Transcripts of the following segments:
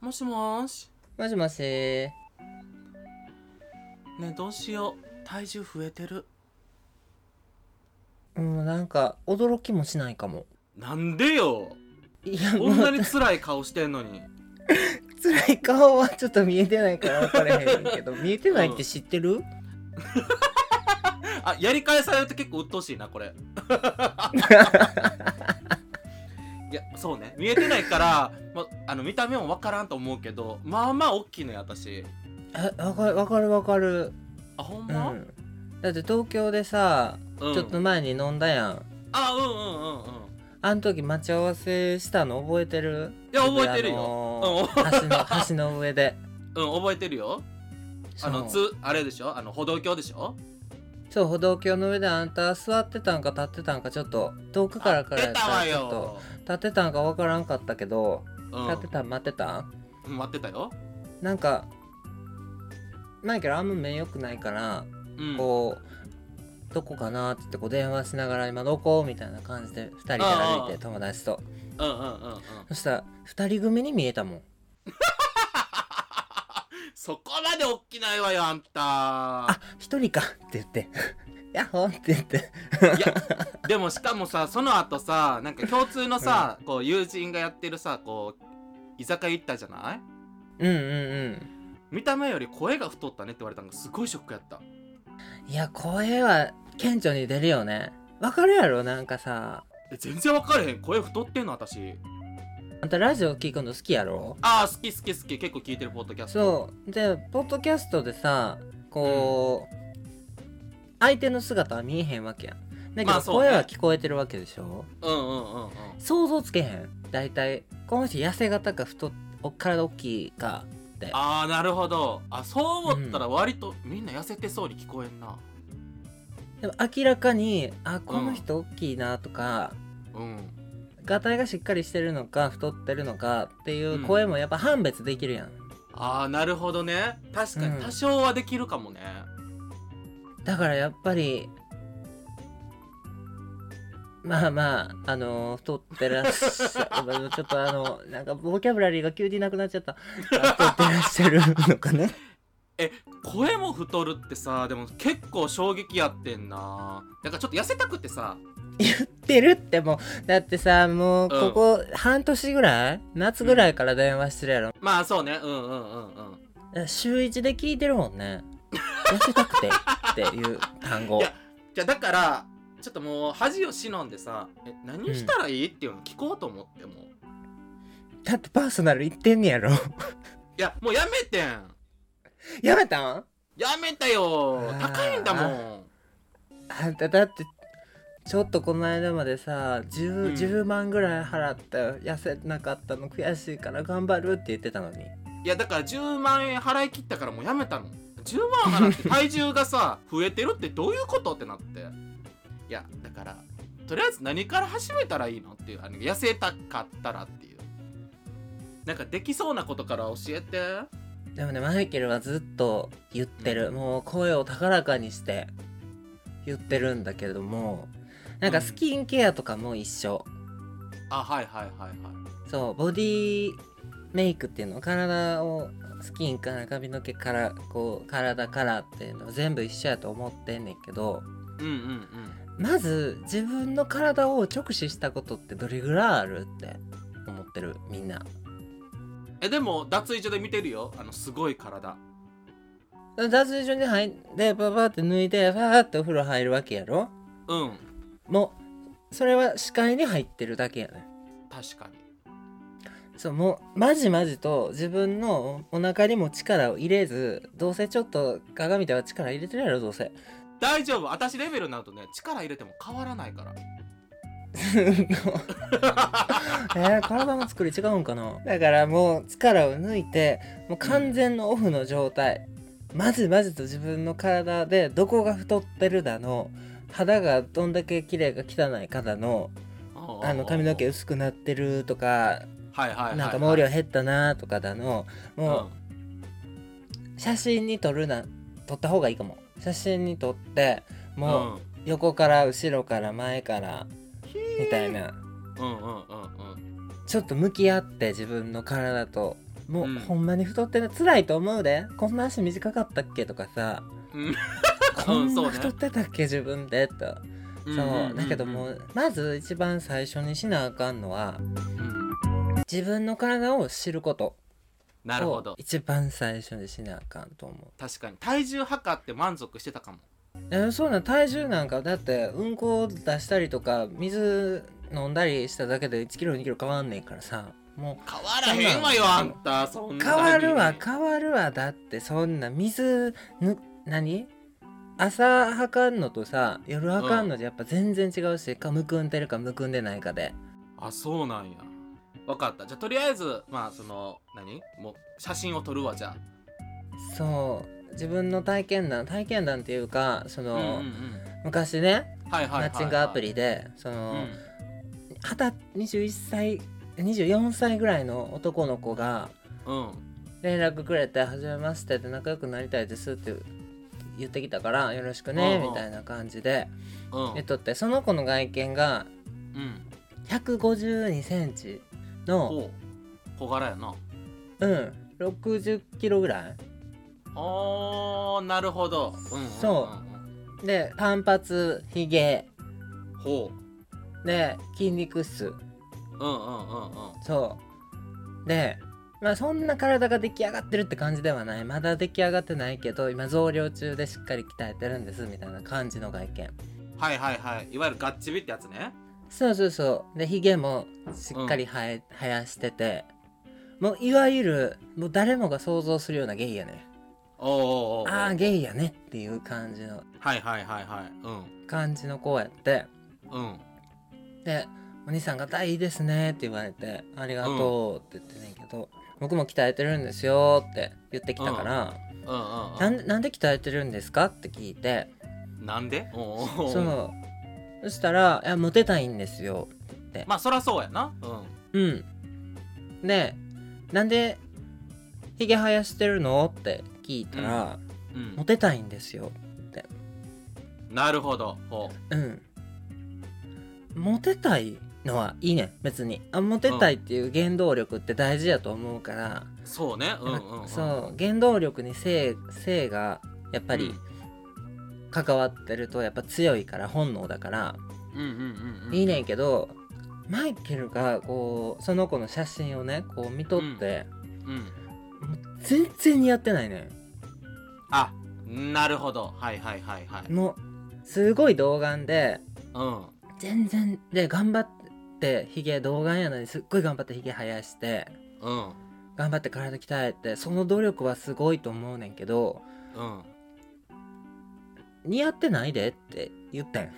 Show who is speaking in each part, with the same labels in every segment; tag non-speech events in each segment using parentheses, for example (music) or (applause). Speaker 1: もしもーし。
Speaker 2: もしもし。え、
Speaker 1: ねえどうしよう。体重増えてる。
Speaker 2: うん、なんか、驚きもしないかも。
Speaker 1: なんでよ。
Speaker 2: いや、
Speaker 1: こ
Speaker 2: も
Speaker 1: んな
Speaker 2: う、
Speaker 1: に辛い顔してんの (laughs) に。
Speaker 2: 辛い顔はちょっと見えてないから分からへんけど、見えてないって知ってる、
Speaker 1: あ、やり返されると結構鬱陶しいな、こ (laughs) れ。いや、そうね。見えてないから、ま、あの見た目もわからんと思うけど、まあまあ大きいのよ、私。
Speaker 2: え、わかる、わかる、わかる。
Speaker 1: あ、ほん
Speaker 2: う
Speaker 1: ま、
Speaker 2: ん。だって東京でさ、
Speaker 1: うん
Speaker 2: ちょっと前に飲んだやん。
Speaker 1: あ、うんうんうんうん。
Speaker 2: あの時待ち合わせしたの覚えてる
Speaker 1: いや、覚えてる
Speaker 2: あ
Speaker 1: よ。
Speaker 2: のー橋の、橋の上で。
Speaker 1: うん、覚えてるよ。あの、
Speaker 2: そう
Speaker 1: つ、あれでしょあの、歩道橋でしょ
Speaker 2: そう、歩道橋の上であんた座ってたんか立ってたんか、ちょっと、遠くからから
Speaker 1: 出たわ
Speaker 2: ちょっと、
Speaker 1: よ。
Speaker 2: 立ってたんか分からんかったけど、
Speaker 1: うん
Speaker 2: 立ってたん待ってたん
Speaker 1: うん待ってたよ。
Speaker 2: なんかマイケルあんま目良くないから、
Speaker 1: うん。
Speaker 2: こうどこかなって言ってこう電話しながら今どこみたいな感じで2人で歩い
Speaker 1: ああ
Speaker 2: て友達と
Speaker 1: うんうんうんうん。
Speaker 2: そしたら2人組に見えたもん
Speaker 1: そこまでおっきないわよ、あんた
Speaker 2: あ。1人かって言って (laughs) 「やっほー」って言って
Speaker 1: いや、でもしかもさ、その後さ、なんか共通のさ、こう友人がやってるさ、こう、居酒屋行ったじゃない
Speaker 2: うんうん
Speaker 1: 見た目より声が太ったねって言われたのがすごいショックやった。
Speaker 2: うんいや声は顕著に出るよねわかるやろなんかさ
Speaker 1: え全然わかれへん。声太ってんの、私。
Speaker 2: あんたラジオ聞くの好きやろ
Speaker 1: ああ、好き好き好き。結構聞いてるポッドキャスト。
Speaker 2: そうでポッドキャストでさこう、相手の姿は見えへんわけやんだけ
Speaker 1: まあ
Speaker 2: ど
Speaker 1: そうね
Speaker 2: 声は聞こえてるわけでしょ、
Speaker 1: うんうんうんうん。
Speaker 2: 想像つけへん大体この人痩せ型か太っお体大きいかって
Speaker 1: ああ、なるほど。あ、そう思ったら割とみんな痩せてそうに聞こえんな。
Speaker 2: でも明らかにあこの人大きいなとか、
Speaker 1: うん。
Speaker 2: ガタイがしっかりしてるのか太ってるのかってい
Speaker 1: うん
Speaker 2: う声もやっぱ判別できるやん、
Speaker 1: ああ、なるほどね。確か
Speaker 2: う
Speaker 1: に
Speaker 2: ん
Speaker 1: 多少はできるかもね。
Speaker 2: だからやっぱりまあまああのー太ってらっしゃる (laughs) ちょっとあのなんかボキャブラリーが急になくなっちゃったあ太ってらっしゃるのかな
Speaker 1: 声も太るってさでも結構衝撃やってんななんかちょっと痩せたくてさ
Speaker 2: ってるってもうだってさ
Speaker 1: う
Speaker 2: もう
Speaker 1: ん
Speaker 2: ここ半年ぐらい夏ぐらいから電話してるやろ、
Speaker 1: まあそうねうんうんうんうん
Speaker 2: 週一で聞いてるも
Speaker 1: (laughs)
Speaker 2: んね痩せたくてっていう単語
Speaker 1: いやじゃあだからちょっともう恥を忍んでさ「え何したらいい?」っていうの聞こうと思ってもう
Speaker 2: だってパーソナル言ってんねやろ
Speaker 1: いやもうやめてん
Speaker 2: やめたん
Speaker 1: やめたよ
Speaker 2: あー
Speaker 1: 高いんだもん
Speaker 2: あんただってちょっとこの間までさ 10,、
Speaker 1: うん
Speaker 2: 10万ぐらい払った痩せなかったの悔しいから頑張るって言ってたのに
Speaker 1: いやだから10万円払い切ったからもうやめたの10万払って体重が (laughs) さ増えてるってどういうことってなっていやだからとりあえず何から始めたらいいのっていうあの痩せたかったらっていうなんかできそうなことから教えて
Speaker 2: でもねマイケルはずっと言ってる、もう声を高らかにして言ってるんだけれどもなんかスキンケアとかも一緒、
Speaker 1: あはいはいはいはい
Speaker 2: そうボディメイクっていうの体をスキンから髪の毛からこう体からっていうの全部一緒やと思ってんねんけど
Speaker 1: うんうん
Speaker 2: まず自分の体を直視したことってどれぐらいあるって思ってるみんな
Speaker 1: うんえでも脱衣所で見てるよあのすごい体
Speaker 2: 脱衣所に入ってパパって脱いでファーってお風呂入るわけやろ
Speaker 1: うん
Speaker 2: もうそれは視界に入ってるだけやね
Speaker 1: 確かに
Speaker 2: そうもうまじまじと自分のお腹にも力を入れずどうせちょっと鏡では力入れてるやろどうせ
Speaker 1: 大丈夫私レベルになるとね力入れても変わらないから
Speaker 2: (laughs) えー体の作り違うんかなだからもう力を抜いてもう完全のオフの状態、まずまずと自分の体でどこが太ってるだの肌がどんだけ綺麗か汚いかだのあの髪の毛薄くなってるとか
Speaker 1: はいはいはい、はい、
Speaker 2: なんか毛量減ったなとかだのも
Speaker 1: う
Speaker 2: う
Speaker 1: ん
Speaker 2: 写真に撮るな撮った方がいいかも写真に撮ってもう
Speaker 1: うん
Speaker 2: 横から後ろから前からみたいな
Speaker 1: うんうんうんうん
Speaker 2: ちょっと向き合って自分の体ともう、
Speaker 1: うん
Speaker 2: ほんまに太ってる辛いと思うでこんな足短かったっけとかさ
Speaker 1: うん
Speaker 2: こん
Speaker 1: そう
Speaker 2: な
Speaker 1: ね
Speaker 2: 太ってたっけ自分でと
Speaker 1: うん
Speaker 2: そうだけども、うまず一番最初にしなあかんのは
Speaker 1: うん
Speaker 2: 自分の体を知ること
Speaker 1: なるほ
Speaker 2: を
Speaker 1: ど
Speaker 2: 一番最初にしなあかんと思う
Speaker 1: 確かに体重測って満足してたかも
Speaker 2: えそうなん体重なんかだってうんこを出したりとか水飲んだりしただけで1キロ2キロ変わんねんからさも
Speaker 1: 変わらへんわよあんたそん
Speaker 2: う
Speaker 1: なに
Speaker 2: 変わるわ変わるわだってそんな水ぬ何朝はかんのとさ夜はかんのじゃやっぱ全然違うし、かむくんでるかむくんでないかで
Speaker 1: あそうなんやわかったじゃあとりあえずまあその何もう写真を撮るわじゃ
Speaker 2: そう自分の体験談体験談っていうかそ
Speaker 1: あ
Speaker 2: の
Speaker 1: うん、うんうん
Speaker 2: 昔ね
Speaker 1: はいはいはい、は
Speaker 2: マ
Speaker 1: い、
Speaker 2: ッチングアプリでその、
Speaker 1: う
Speaker 2: 二十21歳24歳ぐらいの男の子が
Speaker 1: ん、うん、
Speaker 2: 連絡くれて「はじめまして」って仲良くなりたいですって言ってきたから「よろしくね
Speaker 1: うん」うん
Speaker 2: みたいな感じで
Speaker 1: うん
Speaker 2: えっとってその子の外見が
Speaker 1: うん
Speaker 2: 1 5 2ンチの
Speaker 1: こう小柄やな
Speaker 2: うん60キロぐら
Speaker 1: あーなるほど、うんうんうん、
Speaker 2: そいで短髪ひげ
Speaker 1: うんほ
Speaker 2: で筋肉質
Speaker 1: ううんうんうんうん
Speaker 2: そうでまあそんな体が出来上がってるって感じではないまだ出来上がってないけど今増量中でしっかり鍛えてるんですみたいな感じの外見
Speaker 1: はいはいはいいわゆるガッチビってやつね
Speaker 2: そうそうそうでひげもしっかり生え、生やしててもういわゆるもう誰もが想像するようなゲイやね
Speaker 1: おーおーおー
Speaker 2: ああゲイやねっていう感じの
Speaker 1: はいはいはいはいうん
Speaker 2: 感じの子やって
Speaker 1: うん
Speaker 2: でお兄さんが「いいですね」って言われて「ありがとう」って言ってんねんけど、僕も鍛えてるんですよって言ってきたから、
Speaker 1: うんうんうん
Speaker 2: なんでなんで鍛えてるんですかって聞いて
Speaker 1: なんでおーおー
Speaker 2: そうそしたら「いやモテたいんですよ
Speaker 1: まあそらそうやなうん」
Speaker 2: うんでなんでひげ生やしてるのって聞いたら、
Speaker 1: う
Speaker 2: モ
Speaker 1: ん
Speaker 2: テたいんですよ
Speaker 1: なるほどほう
Speaker 2: うんモテたいのはいいねん別にあモテたいっていう原動力って大事やと思うから、
Speaker 1: そうねうん
Speaker 2: やっ
Speaker 1: う
Speaker 2: ぱ
Speaker 1: ん、うん、
Speaker 2: そう原動力に性性がやっぱり関わってるとやっぱ強いから本能だから、
Speaker 1: うんうんうんうん
Speaker 2: いいねんけどマイケルがこうその子の写真をねこう見とって、
Speaker 1: うん
Speaker 2: 全然似合ってないのよ
Speaker 1: あなるほどはいはいはいはい
Speaker 2: もうすごい童顔で
Speaker 1: うん
Speaker 2: 全然で頑張ってひげ童顔やのにすっごい頑張ってひげ生やして
Speaker 1: うん
Speaker 2: 頑張って体鍛えてその努力はすごいと思うねんけど
Speaker 1: うん
Speaker 2: 似合ってないでって言ってん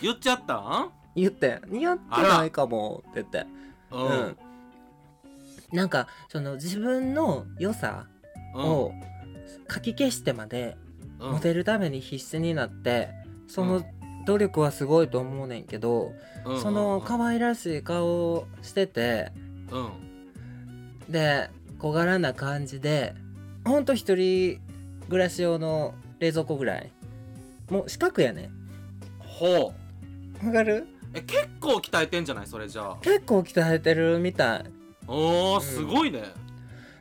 Speaker 1: 言っちゃったん
Speaker 2: 言ってん似合ってないかもって言って
Speaker 1: う
Speaker 2: うん、なんかその自分の良さをかき消してまで
Speaker 1: うん
Speaker 2: モテるために必死になってその努力はすごいと思うねんけど、
Speaker 1: うん
Speaker 2: その可愛らしい顔をしてて
Speaker 1: うん
Speaker 2: で小柄な感じでほんと一人暮らし用の冷蔵庫ぐらいもう四角やね
Speaker 1: ほう
Speaker 2: わかる
Speaker 1: え結構鍛えてんじゃないそれじゃあ
Speaker 2: 結構鍛えてるみたい
Speaker 1: お
Speaker 2: う
Speaker 1: ー
Speaker 2: ん
Speaker 1: すごいね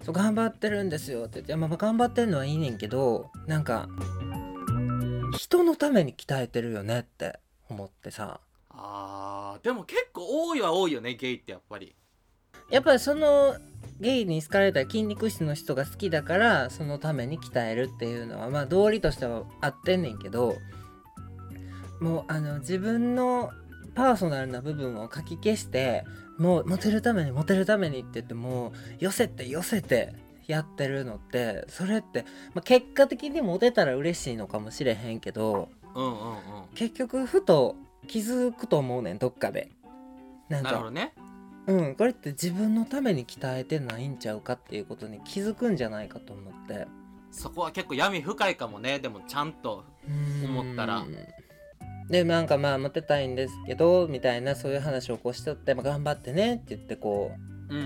Speaker 2: そう頑張ってるんですよって言っていやまあまあ頑張ってるのはいいねんけどなんか人のために鍛えてるよねって思ってさ
Speaker 1: あーでも結構多いは多いよねゲイってやっぱり
Speaker 2: やっぱりそのゲイに好かれた筋肉質の人が好きだからそのために鍛えるっていうのはまあ道理としては合ってんねんけどもうあの自分のパーソナルな部分をかき消してもうモテるためにモテるためにって言ってもう寄せて寄せてやってるのってそれって、まあ、結果的にモテたら嬉しいのかもしれへんけど
Speaker 1: うんうんうん
Speaker 2: 結局ふと気づくと思うねんどっかで。なん
Speaker 1: なる
Speaker 2: か
Speaker 1: ほどね
Speaker 2: うん、これって自分のために鍛えてないんちゃうかっていうことに気づくんじゃないかと思って
Speaker 1: そこは結構闇深いかもねでもちゃんと思ったら
Speaker 2: うんでなんかまあモテたいんですけどみたいなそういう話をこうしとって、まあ、頑張ってねって言ってこ
Speaker 1: うん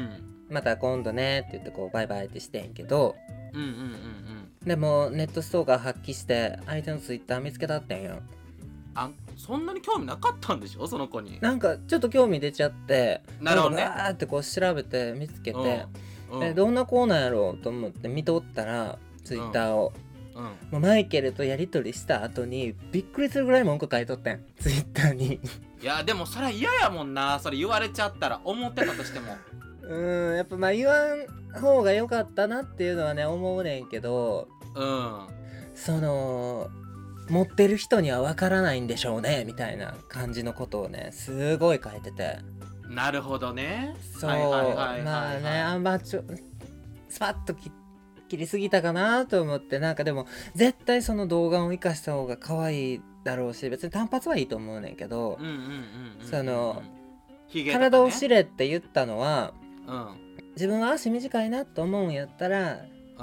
Speaker 2: うまた今度ねって言ってこうバイバイってしてんけど
Speaker 1: うんうんうんうん
Speaker 2: でもネットストーカー発揮して相手のツイッター見つけたってんよ
Speaker 1: あそんなに興味なかったんでしょその子に
Speaker 2: なんかちょっと興味出ちゃって
Speaker 1: なるほどね
Speaker 2: んかわーってこう調べて見つけて、
Speaker 1: うんうん
Speaker 2: えどんなコーナーやろうと思って見とったらツイッターを、
Speaker 1: うん
Speaker 2: もうマイケルとやり取りした後にびっくりするぐらい文句書いとってん (laughs) ツイッターに
Speaker 1: いやでもそりゃ嫌やもんなそれ言われちゃったら思ってたとしても
Speaker 2: うーんやっぱまあ言わん方が良かったなっていうのはね思うねんけど
Speaker 1: うん
Speaker 2: その持ってる人には分からないんでしょうねみたいな感じのことをねすごい書いてて
Speaker 1: なるほどね
Speaker 2: そう
Speaker 1: はいはいはいはいはい
Speaker 2: まあねあんまちょスパッとき切りすぎたかなと思ってなんかでも絶対その動画を生かした方が可愛いだろうし別に単発はいいと思うねんけど
Speaker 1: うんうんうんうん
Speaker 2: その
Speaker 1: ヒゲとかね
Speaker 2: 体を知れって言ったのは
Speaker 1: うん
Speaker 2: 自分は足短いなと思うんやったら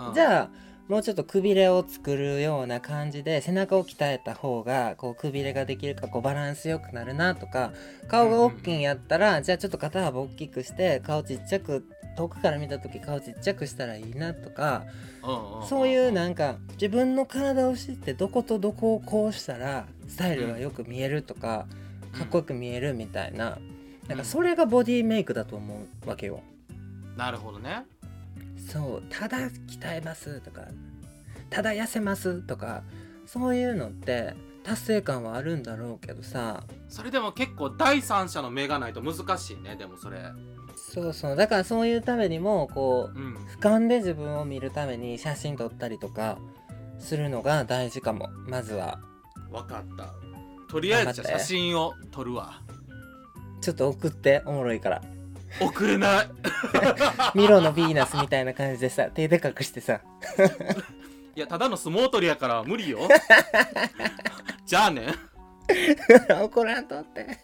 Speaker 1: うん
Speaker 2: じゃあもうちょっとくびれを作るような感じで背中を鍛えた方がこうくびれができるかこうバランスよくなるなとか顔が大きいんやったら、じゃあちょっと肩幅大きくして顔ちっちゃく遠くから見た時顔ちっちゃくしたらいいなとか
Speaker 1: うんうん
Speaker 2: そういうなんか自分の体を知ってどことどこをこうしたらスタイルがよく見えるとかかっこよく見えるみたいななんかそれがボディメイクだと思うわけよ。
Speaker 1: なるほどね
Speaker 2: そうただ鍛えますとかただ痩せますとかそういうのって達成感はあるんだろうけどさ
Speaker 1: それでも結構第三者の目がないと難しいねでもそれ
Speaker 2: そうそうだからそういうためにもこ
Speaker 1: う
Speaker 2: うん俯瞰で自分を見るために写真撮ったりとかするのが大事かもまずは
Speaker 1: 分かったとりあえずじゃあ
Speaker 2: 頑張
Speaker 1: 写
Speaker 2: って
Speaker 1: 真を撮るわ
Speaker 2: ちょっと送っておもろい (laughs) から
Speaker 1: 送れない
Speaker 2: ミロのヴィーナスみたいな感じでさ手で隠してさ (laughs)
Speaker 1: いやただの相撲取りやから無理よじゃあね
Speaker 2: 怒らんとって